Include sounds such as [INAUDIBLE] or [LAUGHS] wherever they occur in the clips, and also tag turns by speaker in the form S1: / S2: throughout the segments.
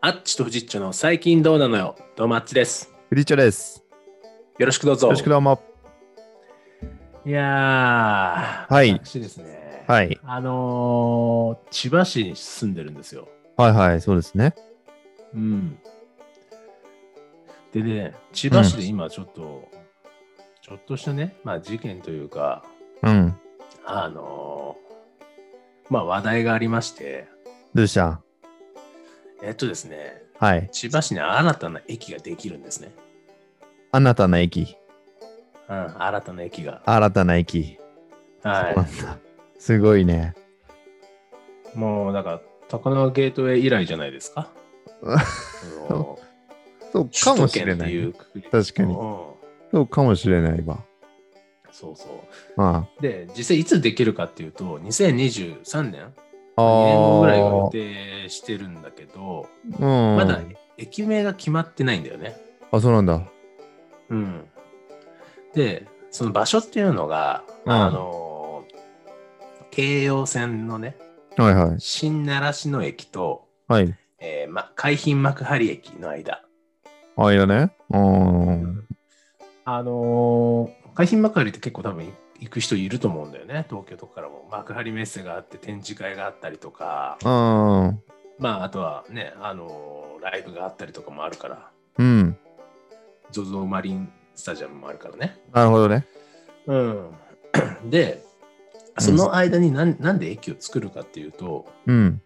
S1: アッチとフジッチョの最近どうなのよ。どうもアッチです。
S2: フリーチョです。
S1: よろしくどうぞ。
S2: よろしくどうも。
S1: いやー、
S2: はい
S1: 私ですね。
S2: はい。
S1: あのー、千葉市に住んでるんですよ。
S2: はいはい、そうですね。
S1: うん。でね、千葉市で今ちょっと、ちょっとしたね、まあ事件というか、
S2: うん。
S1: あのー、まあ話題がありまして、
S2: どうした
S1: えっとですね、
S2: はい。
S1: 千葉市に新たな駅ができるんですね。
S2: あなたの駅。
S1: うん、新たな駅が。
S2: 新たな駅。
S1: は
S2: そうなんだ。すごいね。
S1: い。もう、だから、高輪ゲートウェイ以来じゃないです
S2: [LAUGHS]
S1: か。その
S2: そうかもしれ
S1: 首都圏っ
S2: な
S1: てい
S2: い。
S1: うくくり
S2: 確か
S1: うん
S2: にそうかもしれないわ。
S1: そうそう。
S2: あ
S1: で、実際いつできるかっていうと、2023年
S2: あ。
S1: 2年後ぐらいを予
S2: あ
S1: 定してるんだけど、
S2: あ。うん。
S1: まだ駅名が決まってないんだよね。
S2: あ、そうなんだ。
S1: うん。で、その場所っていうのが、
S2: うん
S1: あのー京葉線のね、
S2: はいはい。
S1: 新習志野駅と、
S2: はい。
S1: えーま、海浜幕張駅の間。
S2: ああ、いやね。うん。
S1: あのー海浜幕張って結構多分行く人いると思うんだよね。東京とかからも幕張メッセがあって展示会があったりとか、
S2: うん。
S1: まああとはね、あのーライブがあったりとかもあるから、
S2: うん。
S1: ZOZO マリンスタジアムもあるからね。
S2: なるほどね。
S1: うん、で、その間になんなんで駅を作るかっていうと、
S2: うん。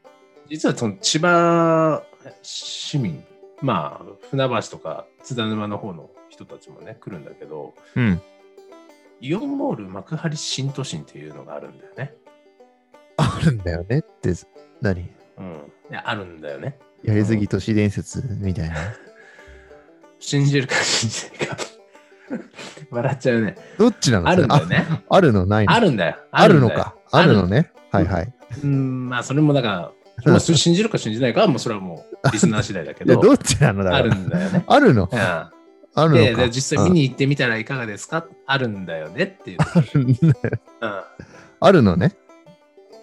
S1: 実はその千葉市民、まあ船橋とか津田沼の方の人たちもね、来るんだけど、
S2: うん。
S1: イオンモール幕張新都心っていうのがあるんだよね。
S2: あるんだよねって、何
S1: うん。いやあるんだよね。
S2: やりすぎ都市伝説
S1: [LAUGHS]
S2: みたいな。
S1: 信じるか信じないか。 [LAUGHS] 笑っちゃうね。
S2: どっちなの
S1: あるんだよね。
S2: [LAUGHS] ああるのないの
S1: あるんだよ。
S2: ある
S1: ん
S2: の
S1: だよ
S2: か。あるのね。はいはい。
S1: うん、まあそれもだ
S2: [LAUGHS]
S1: から、まあ、それ信じるか信じないかはもうそれはもうリスナー次第だけ
S2: いや、
S1: ど、
S2: どっちなのだ
S1: あ
S2: から
S1: るんだよ
S2: [LAUGHS]
S1: ね。
S2: あるの
S1: う
S2: あ
S1: ん、
S2: る
S1: で
S2: のか
S1: で実際見に行ってみたらいかがですかあるんだよねっていう、
S2: あるんだ
S1: うん、
S2: [LAUGHS] あるのね。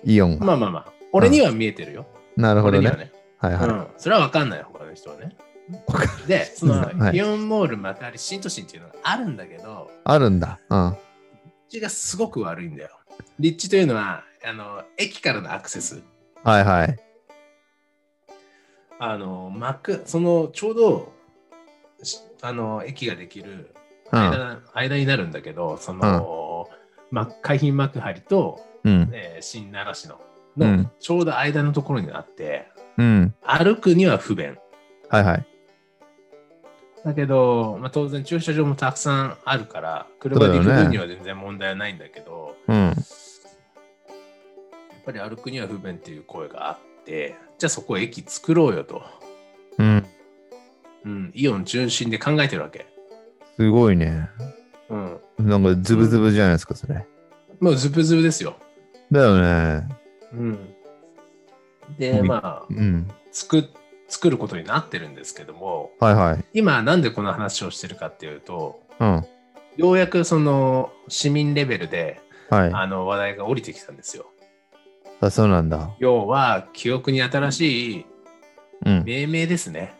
S2: イオン
S1: ま
S2: が。
S1: あまあまあ俺には見えてるよ、
S2: なるほ
S1: 俺
S2: ど
S1: に
S2: ね
S1: は。ね、
S2: はいは
S1: う
S2: い。
S1: ん、それは分かんない他の人はね
S2: わか
S1: で、その、
S2: はい
S1: イオンモール幕張新都心っていうのがあるんだけど、
S2: [LAUGHS] あるんだ。うん。
S1: 立地がすごく悪いんだよ。立地というのは、あの、駅からのアクセス。
S2: はいはい。
S1: あの、幕、その、ちょうど、しあの、駅ができる
S2: うん。
S1: 間,、間になるんだけど、その、ま、海浜幕張と、
S2: うん。
S1: えー新習志野
S2: う
S1: の、
S2: ん。
S1: ちょうど間のところにあって、
S2: うん。
S1: 歩くには不便。
S2: はいはい。
S1: だけど、まあ、当然駐車場もたくさんあるから、車で行く分には全然問題はないんだけど、
S2: うん。
S1: やっぱり歩くには不便っていう声があって、じゃあそこ駅作ろうよと、
S2: うん。
S1: うん、イオン中心で考えてるわけ。
S2: すごいね。
S1: うん、
S2: なんかズブズブじゃないですか、それ。
S1: もうズブズブですよ。
S2: だよね。
S1: うん、で、
S2: うん
S1: まあ
S2: うん。
S1: 作、作ることになってるんですけども、
S2: はいはい。
S1: 今なんでこの話をしてるかっていうと、
S2: うん。
S1: ようやくその市民レベルで
S2: は
S1: あの話題が降りてきたんですよ。
S2: い。あ、そうなんだ。
S1: 要は記憶に新しい
S2: うん。
S1: 命名ですね。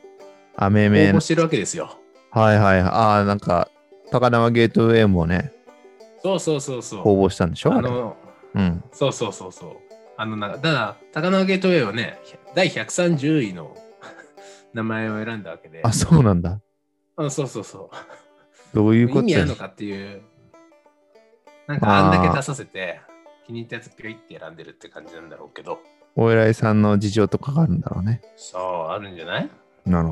S2: あめ
S1: 応
S2: め
S1: 募
S2: の
S1: し。てるわけですよ。
S2: はいはい。ああ、なんか、高輪ゲートウェイもね、
S1: そうそうそうそう。
S2: 応募したんでしょ
S1: あ
S2: あれ
S1: の
S2: うん。
S1: そうそうそうそう。あのなんかただ、高輪ゲートウェイはね、第130位の [LAUGHS] 名前を選んだわけで、
S2: あ、そうなんだ。
S1: うんそうそうそ
S2: どう
S1: う。
S2: いうこ
S1: 意
S2: と
S1: 味あ
S2: や
S1: るのかっていう、なんかあんだけ出させて、気に入ったやつピョイって選んでるって感じなんだろうけど、
S2: お偉いさんの事情とかがあるんだろうね。
S1: そう、あるんじゃない
S2: なる。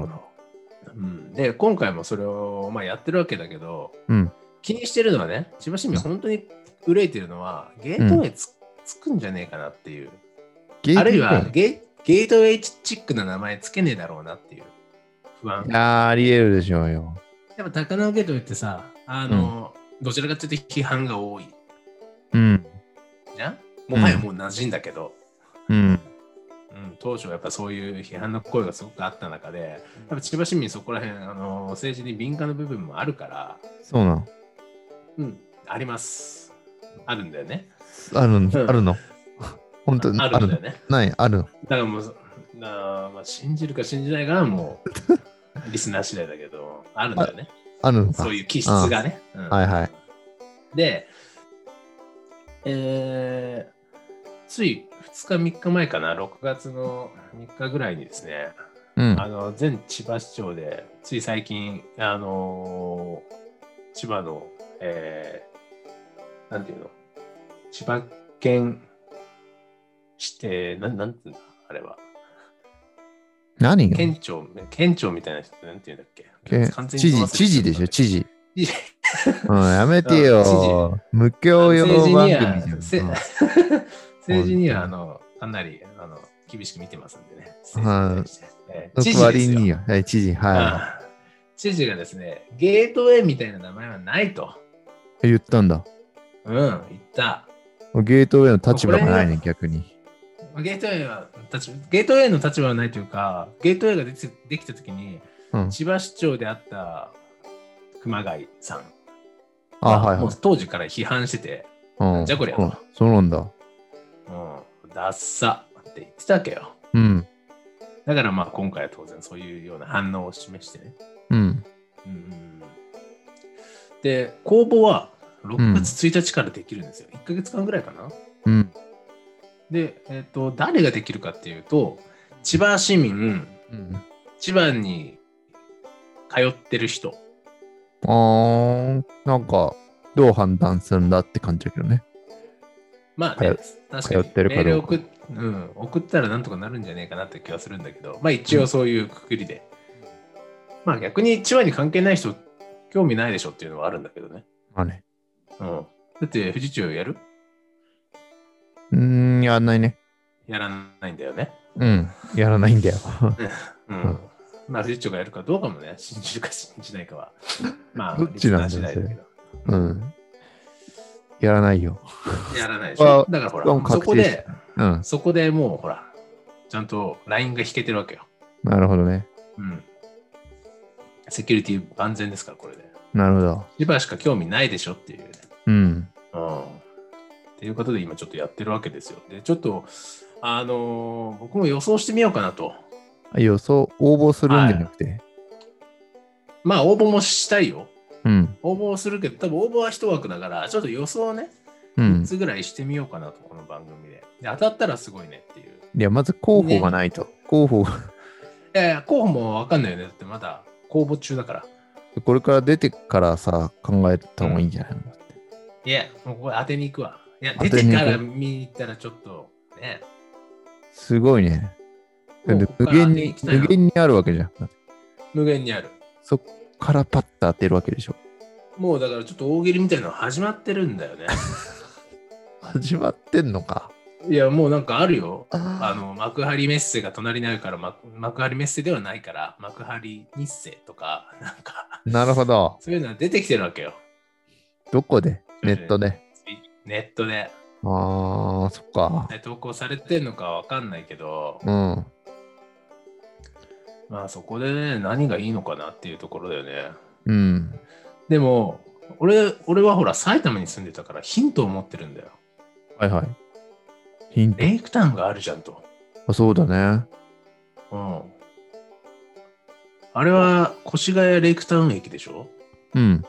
S1: うん、で、今回もそれを、まあ、やってるわけだけど、
S2: うん
S1: 気にしてるのはね、千葉市民、本当に憂いてるのは、ゲートウェイつ,、つくんじゃねえかなっていう。
S2: ゲー
S1: あるいはゲゲートウェイチックな名前つけねえだろうなっていう不安。や
S2: あーあり得るでしょうよ。
S1: っぱ高輪ゲートウェイってさ、あの、どちらかというと批判が多い
S2: うん。
S1: じゃんもはやもう馴染んだけど、
S2: うん。
S1: うん当初はやっぱそういう批判の声がすごくあった中で、やっぱ千葉市民そこら辺、あの政治に敏感な部分もあるから、
S2: そうなん。
S1: うん、あります。あるんだよね。
S2: あるん
S1: うん
S2: あるの。本当に
S1: あるんだよね。
S2: ない、あるの。
S1: だからもう、なあまあ、信じるか信じないかはもう、リスナー次第だけど、あるんだよね。
S2: あるのか。
S1: そういう気質がね。うん
S2: はいはい。
S1: で、えーつい2日3日前かな、6月の3日ぐらいにですね、
S2: うん。
S1: あの全千葉市長で、つい最近、あのー千葉の、えーなんていうの、千葉県指定、なんなんていうんだ、あれは、
S2: 何よ
S1: 県庁、県庁みたいな人、なんていうんだっけ
S2: け、
S1: 完全に
S2: 知
S1: 飛ばせ
S2: 事、知事でしょ、知事。うん、やめて
S1: うん知
S2: よ。無教養
S1: 政治
S2: 番
S1: には
S2: 組じ
S1: せ
S2: ゃん。うん
S1: [LAUGHS] 政治にはあのかなりあの厳しく見てますんでね。
S2: は
S1: 政治に対
S2: い
S1: してえー
S2: そ
S1: 知
S2: の
S1: 事で
S2: 割
S1: すよ
S2: によ。はい、知事、は
S1: ああ知事がですね、ゲートウェイみたいな名前はないと、
S2: い。言ったんだ。
S1: うん、言った。
S2: ゲートウェイの立場がないね、逆に。
S1: ゲートウェイは立場ゲートウェイの立場はないというか、ゲートウェイができできたときに、
S2: うん。
S1: 千葉市長であった熊谷さん
S2: あ、はい
S1: も
S2: は
S1: う当時から批判してて、
S2: い。うん。
S1: じゃあこりゃ
S2: うんそうなんだ。
S1: うん、ダッサって言ってたわけよ。
S2: うん。
S1: だからまあ今回は当然そういうような反応を示してね。
S2: うん。
S1: うんうんうんで、公募は6月1日からできるんですよ。1ヶ月間ぐらいかな。
S2: うん。
S1: で、えっと誰ができるかっていうと、千葉市民、
S2: うん。
S1: 千葉に通ってる人。
S2: あー、なんか、どう判断するんだって感じだけどね。
S1: まあ、ね
S2: 通、
S1: 確かに
S2: 通ってる
S1: メー
S2: か
S1: ル
S2: どうか
S1: 送っ,、うん、送ったらなんとかなるんじゃねえかなって気はするんだけど、まあ一応そういうくくりで。まあ逆に千葉に関係ない人、興味ないでしょっていうのはあるんだけどね。
S2: まあね。
S1: うん、だって、富士中やる
S2: うーん、やんないね。
S1: やらないんだよね。
S2: うん。やらないんだよ。
S1: うん。
S2: うん
S1: まあ、富士中がやるかどうかもね、信じるか信じないか
S2: [LAUGHS]
S1: は。まあ、
S2: どっちなんだよ
S1: リスナー次第だけど。
S2: [LAUGHS] うん。やらないよ。
S1: やらないでしょ。
S2: あ
S1: だからほら、
S2: うん
S1: そ
S2: 確
S1: こ
S2: 定し
S1: で、
S2: うん。
S1: そこでもうほら、ちゃんとラインが引けてるわけよ。
S2: なるほどね。
S1: うん。セキュリティ万全ですから、これで。
S2: なるほど。
S1: 千葉しか興味ないでしょっていうね。
S2: うん。
S1: うん。っていうことで今ちょっとやってるわけですよ。で、ちょっと、あのー僕も予想してみようかなと。
S2: 予想、応募するんじゃなくて。
S1: まあ、応募もしたいよ。
S2: うん。
S1: 応募するけど、多分応募は一枠だから、ちょっと予想をね、
S2: う
S1: 3
S2: ん。
S1: つぐらいしてみようかなと、この番組で。で当たったらすごいねっていう。
S2: いや、まず候補がないと。候補が、
S1: いやいや候補もわかんないよね。だってまだ公募中だから。
S2: これから出てからさ、考えた方がいいんじゃないの
S1: いや、もうこれ当てに行くわ。いや、
S2: 当
S1: 出
S2: て
S1: て
S2: に行
S1: か
S2: く
S1: ら見に行ったらちょっとね。
S2: すごいね。だって
S1: もう
S2: 無
S1: ここから
S2: 限
S1: 当て
S2: に
S1: 行、きたいな
S2: 無限にあるわけじゃん。
S1: 無限にある。
S2: そっからパッと当てるわけでしょ。
S1: もうだからちょっと大喜利みたいなの始まってるんだよね。 [LAUGHS]
S2: 始まってんのか。
S1: いや、もうなんかあるよ。あ
S2: あ
S1: の、幕張メッセが隣にあるから、ま幕張メッセではないから、幕張日世とか、なんか、
S2: のなるほど。
S1: そういうのは出てきてるわけよ。
S2: どこでネットで。
S1: ネットで。
S2: ああ、そっか。
S1: ね投稿されてるのかわかんないけど、
S2: うん。
S1: まあそこでね、何がいいのかなっていうところだよね。
S2: うん。
S1: でも、俺、俺はほら、埼玉に住んでたからヒントを持ってるんだよ。
S2: はいはい。ヒント。
S1: レイクタウンがあるじゃんと。
S2: あそうだね。
S1: うん。あれは越谷レイクタウン駅でしょ
S2: うん。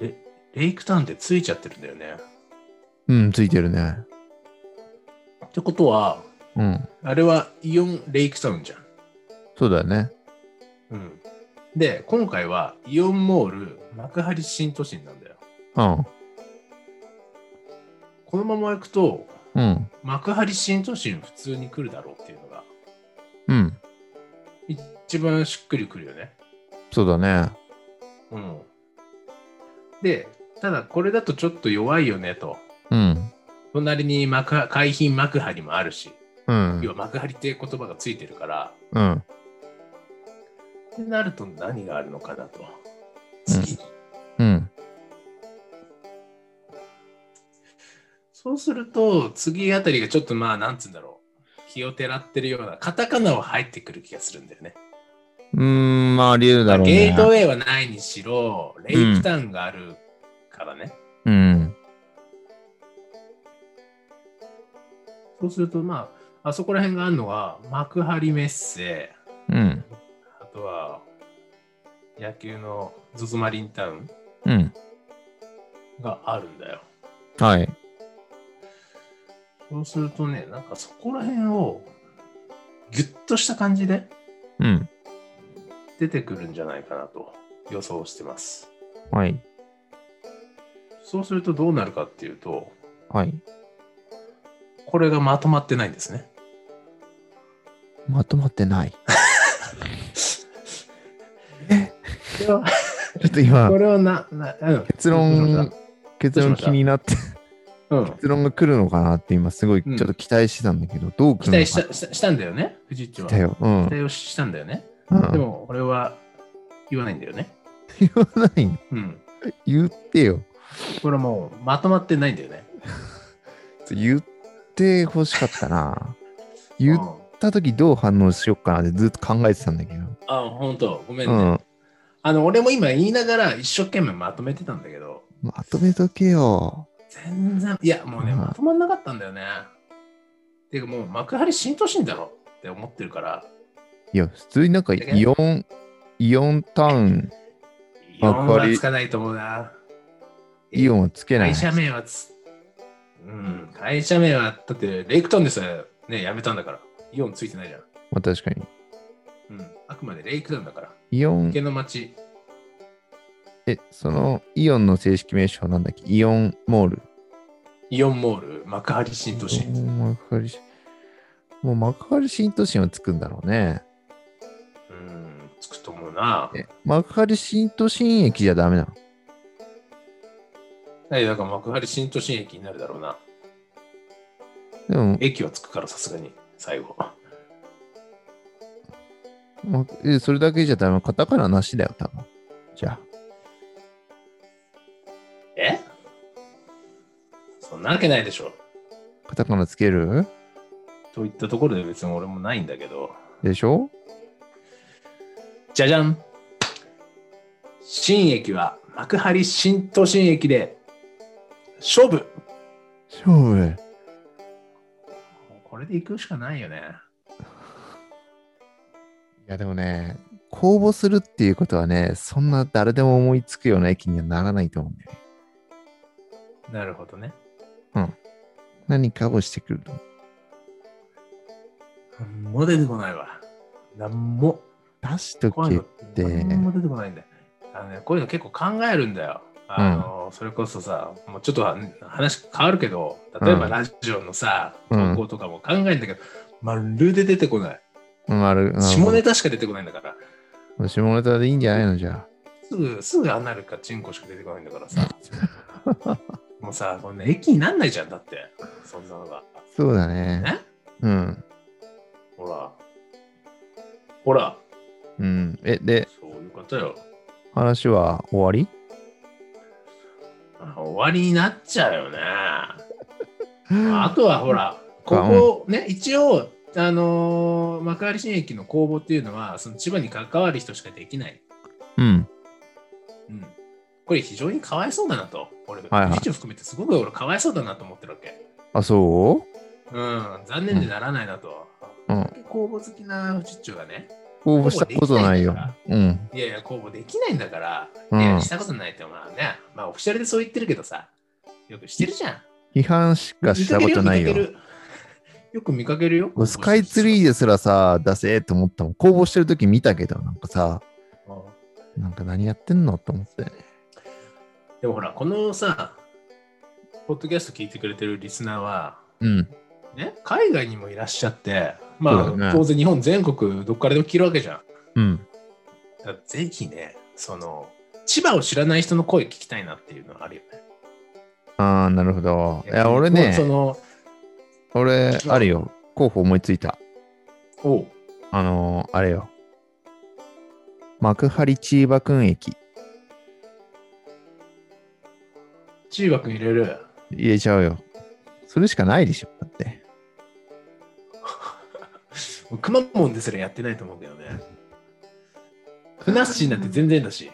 S1: レレイクタウンってついちゃってるんだよね。
S2: うん、ついてるね。
S1: ってことは、
S2: うん。
S1: あれはイオンレイクタウンじゃん。
S2: そうだよね。
S1: うん。で、今回はイオンモール幕張新都心なんだよ。
S2: うん。
S1: このまま行くと、
S2: うん。
S1: 幕張新都心普通に来るだろうっていうのが
S2: うん。
S1: 一番しっくりくるよね。
S2: そうだね。
S1: うん。で、ただこれだとちょっと弱いよねと。
S2: うん。
S1: 隣に幕張海浜幕張もあるし、
S2: うん。
S1: 要は幕張っていう言葉がついてるから、
S2: うん。
S1: ってなると何があるのかなと。次。
S2: うん。
S1: そうすると、次あたりがちょっとまあ、なんつうんだろう。気をてらってるような、カタカナは入ってくる気がするんだよね。
S2: うーん、まあ、あり得るだろうね。
S1: ゲートウェイはないにしろ、レイクタウンがあるからね。
S2: うん。
S1: そうすると、まあ、あそこら辺があるのは、幕張メッセ、
S2: うん。
S1: あとは、野球の ZOZO マリンタウン
S2: うん。
S1: があるんだよ。
S2: はい。
S1: そうするとね、なんかそこら辺をギュッとした感じで
S2: うん。
S1: 出てくるんじゃないかなと予想してます。
S2: はい。
S1: そうするとどうなるかっていうと、
S2: はい。
S1: これがまとまってないんですね。
S2: まとまってない。 [LAUGHS] え
S1: これは、
S2: ちょっと今
S1: こ、れはな、なうん、
S2: 結
S1: どうしま
S2: 論
S1: し、ど
S2: 結
S1: うし
S2: 論
S1: ました
S2: 気になって、
S1: たうん、
S2: 結論が来るのかなって今すごいち
S1: う
S2: ょ
S1: ん
S2: っと期待してたんだけど、どう来
S1: 期
S2: るの
S1: 待
S2: か
S1: したしたしたんだよね、藤井ちは。
S2: 来たよ。うん
S1: 期。待をしたんだよね。
S2: うん
S1: でも、俺は言わないんだよね。
S2: 言わないの
S1: うん。
S2: [LAUGHS] 言ってよ。
S1: これはもうまとまってないんだよね。
S2: 言ってほしかったな。言っ
S1: うん
S2: た時どう反応しようかなってずっと考えてたんだけど。
S1: あ、本当ごめん
S2: う
S1: ね。
S2: ん。
S1: あの、俺も今言いながら一生懸命まとめてたんだけど、
S2: まとめとけよ。
S1: 全然、いや、もうね、
S2: うん
S1: まとまんなかったんだよね。てかもう幕張新都心だろって思ってるから、
S2: いや、普通になんかイオン、イオンタウン、
S1: イオン
S2: 幕
S1: は
S2: 張
S1: つかないと思うな。
S2: イオンはつけない
S1: 会。社名はつ、うん、会社名は、だってレイクタウンでさえね、やめたんだから、イオンついてないじゃん。
S2: まあ確かに。
S1: うん、あくまでレイクタウンだから、
S2: イオン
S1: 池、の町、
S2: え、そのイオンの正式名称はなんだっけイオンモール。
S1: イオンモール、幕張新都心。
S2: もう幕張しもう幕張新都心はつくんだろうね。
S1: うん、つくと思うな。
S2: え幕張新都心駅じゃダメなの
S1: はい、だから幕張新都心駅になるだろうな。
S2: でも
S1: 駅はつくからさすがに、最後。
S2: まえ、それだけじゃダメ。カタカナなしだよ、多分。じゃ
S1: えそんなわけないでしょ。
S2: あ、カタカナつける
S1: といったところで別に俺もないんだけど。
S2: でしょ
S1: じゃじゃん新駅は幕張新都心駅で勝負
S2: 勝負。
S1: これで行くしかないよね。
S2: いや、でもね、公募するっていうことはね、そんな誰でも思いつくような駅にはならないと思うんだよね。
S1: なるほどね。
S2: 何かをしてくると。
S1: なんも出てこないわ。なんも。
S2: 出しと
S1: こういう
S2: け
S1: の。なんも出てこないんだよ。あのね、こういうの結構考えるんだよ。あの、それこそさ、もうちょっとは話変わるけど、例えば
S2: うん
S1: ラジオのさ、
S2: うん
S1: 投稿とかも考えるんだけど、まるで出てこない。
S2: まあ、る
S1: 下ネタしか出てこないんだから、
S2: タ。下ネタでいいんじゃないのじゃ
S1: すぐ、すぐアナルかチンコしか出てこないんだから
S2: [LAUGHS]
S1: さ。もうさ、こんな駅になんないじゃん、だって。そんなのが。
S2: あ。そうだね。
S1: ね
S2: うん。
S1: ほら。ほら。
S2: うん。え、で、
S1: そういうことよ。
S2: 話は終わり
S1: あ終わりになっちゃうよね。あとはほら、ここね、一応、あのー幕張新駅の公募っていうのは、その千葉に関わる人しかできない。
S2: うん。
S1: うん、これ非常にかわいそうだなと。俺、
S2: はいはい
S1: 理事長含めてすごく俺かわいそうだなと思ってるわけ。
S2: あ、そ
S1: うん、残念でならないなと。
S2: うう
S1: だ
S2: ん。
S1: け公募好きな理事長がね、
S2: 公募したことないよ
S1: 公募で。
S2: うん。
S1: いやいや、公募できないんだから、
S2: うん
S1: いや、したことないって、まあね、まあオフィシャルでそう言ってるけどさ、よくしてるじゃん。
S2: 批判しかしたことない
S1: 見かけ
S2: よ。
S1: るよく見かけるよ。
S2: スカイツリー
S1: ー。
S2: ですらさ、出せーと思ったもん。公募してる時見たけど、なんかさ、
S1: うん
S2: なんか何やってんのと思って。
S1: でもほら、このさ、ポッドキャスト聞いてくれてるリスナーは、
S2: うん。
S1: ね、海外にもいらっしゃって、
S2: そ
S1: ま
S2: うだ
S1: あ、
S2: ね
S1: 当然日本全国どっからでも聞けるわけじゃん。
S2: うん。
S1: だからぜひね、その、千葉を知らない人の声聞きたいなっていうのはあるよね。
S2: ああ、なるほど。いや、俺ね
S1: そ、の、
S2: 俺、あるよ。候補思いついた。
S1: おう
S2: あのー、あれよ。幕張千葉くん駅。
S1: 千葉君入れる。
S2: 入れちゃうよ。それしかないでしょ。だって。
S1: くまモンですらやってないと思うけどね。ふなっしーなんて全然だし。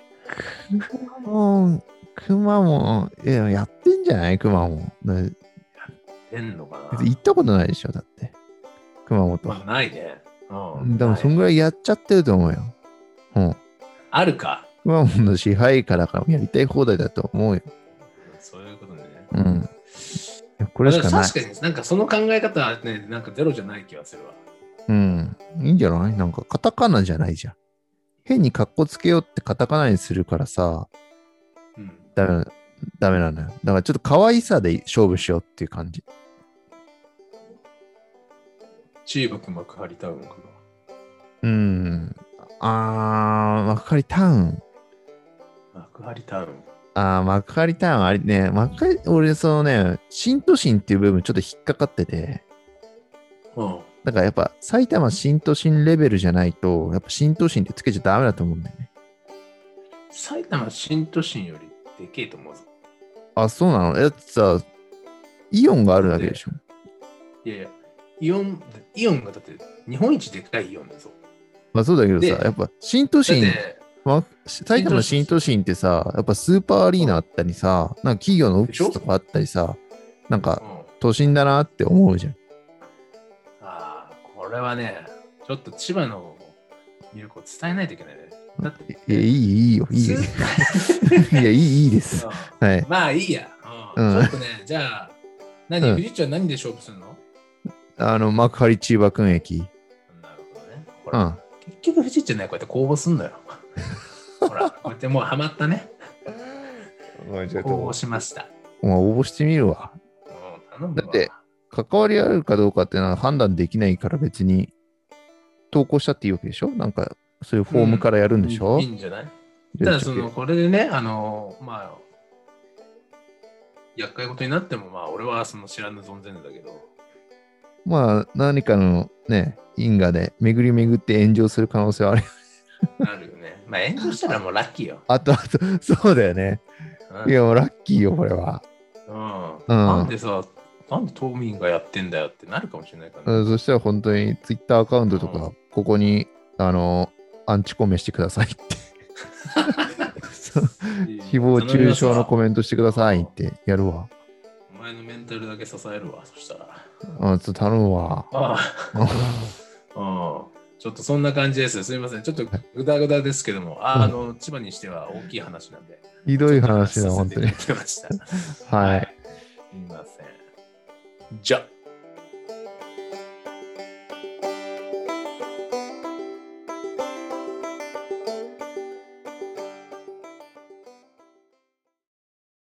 S2: くまモン、くまモン、いや、やってんじゃないくまモン。だ
S1: 出んのかな
S2: 行ったことないでしょ。だって。熊本
S1: ま。あ、ないね。うん。
S2: でも、
S1: ない
S2: そんぐらいやっちゃってると思うよ。うん。
S1: あるか。
S2: 熊本の支配下だからやりたい放題だと思うよ。
S1: そういうことね。
S2: うん。いやこれしか
S1: まあ
S2: な
S1: で
S2: い
S1: も。確かに、なんかその考え方はね、なんかゼロじゃない気がするわ。
S2: うん。いいんじゃないなんかカタカナじゃないじゃん。変にカッコつけようってカタカナにするからさ、
S1: うん。
S2: ダメな、ダメなのよ。だからちょっと可愛さで勝負しようっていう感じ。
S1: チーバく幕張タウンか
S2: うん。あー、幕張タウン。
S1: な。幕張タウン。
S2: あー、幕張タウン、あれね、幕張、俺そのね、新都心っていう部分ちょっと引っかかってて、
S1: うん。
S2: だからやっぱ埼玉新都心レベルじゃないと、やっぱ新都心ってつけちゃダメだと思うんだよね。
S1: 埼玉新都心よりでけえと思うぞ。
S2: あ、そうなのえだってさ、イオンがあるだけでしょ。
S1: いやいや、イオン、イオンがだって日本一でかいイオンだぞ。
S2: まあそうだけどさ、
S1: で
S2: やっぱ新都
S1: だっ
S2: 心、
S1: て、
S2: ま、埼玉新都心ってさ、やっぱスーパーアリーナあったりさ、なんか企業のオフィスとかあったりさ、なん
S1: う
S2: か
S1: ん。
S2: 都心だなって思うじゃん。
S1: ああ、これはね、ちょっと千葉の魅力を伝えないといけないね。だって、
S2: いや、いい、いいよ、いいよ。
S1: スー
S2: [LAUGHS] いや、いい、いいです。
S1: パー
S2: はい。
S1: まあいいや。う
S2: うんん
S1: ちょっとね、じゃあ、何、
S2: うん
S1: 富士町は何で勝負するの
S2: あの、幕張千葉君駅。
S1: なるほどね。ほ
S2: う
S1: ら、
S2: ん。
S1: 結局富士町ね、こうやって公募すん [LAUGHS] のよ。ほら、こうやってもうハマったね。
S2: まあ、ちょっと、
S1: 公募
S2: ま
S1: しました。
S2: あ、応募してみるわ。
S1: うん頼むわ
S2: だって、関わりあるかどうかっていうのは判断できないから別に投稿したっていいわけでしょなんか、そういうフォームからやるんでしょ、
S1: いいいいんじゃないただその、これでね、あの、まあ、厄介事になっても、まあ、俺はその知らぬ存ぜぬだけど、
S2: まあ、何かのね、因果で巡り巡って炎上する可能性はある。
S1: なるよね。 [LAUGHS] まあ、炎上したらもうラッキーよ。
S2: [LAUGHS] あと、あと、そうだよね。
S1: うん
S2: いや、もうラッキーよ、これは。
S1: うん
S2: うん
S1: なんでさ、なんで島民がやってんだよってなるかもしれないから
S2: う
S1: ね。
S2: ん、そしたら本当に Twitter アカウントと
S1: う
S2: か、ここに、あの、アンチコメしてく
S1: [LAUGHS]
S2: ださいって。そう誹謗中傷のコ
S1: メ
S2: メントしてくださいってやるわ。
S1: お前のメンタルだけ支えるわ、そしたら。
S2: うん、ちょっと頼むわ。
S1: ああ、うん。ちょっとそんな感じです。すみません。ちょっとグダグダですけども、ああの、千葉にしては大きい話なんで。
S2: ひどい話だ、
S1: ちょっ
S2: 本
S1: と
S2: 当
S1: 話さ。
S2: に
S1: せていただきました。
S2: はい。
S1: すみません。じゃあ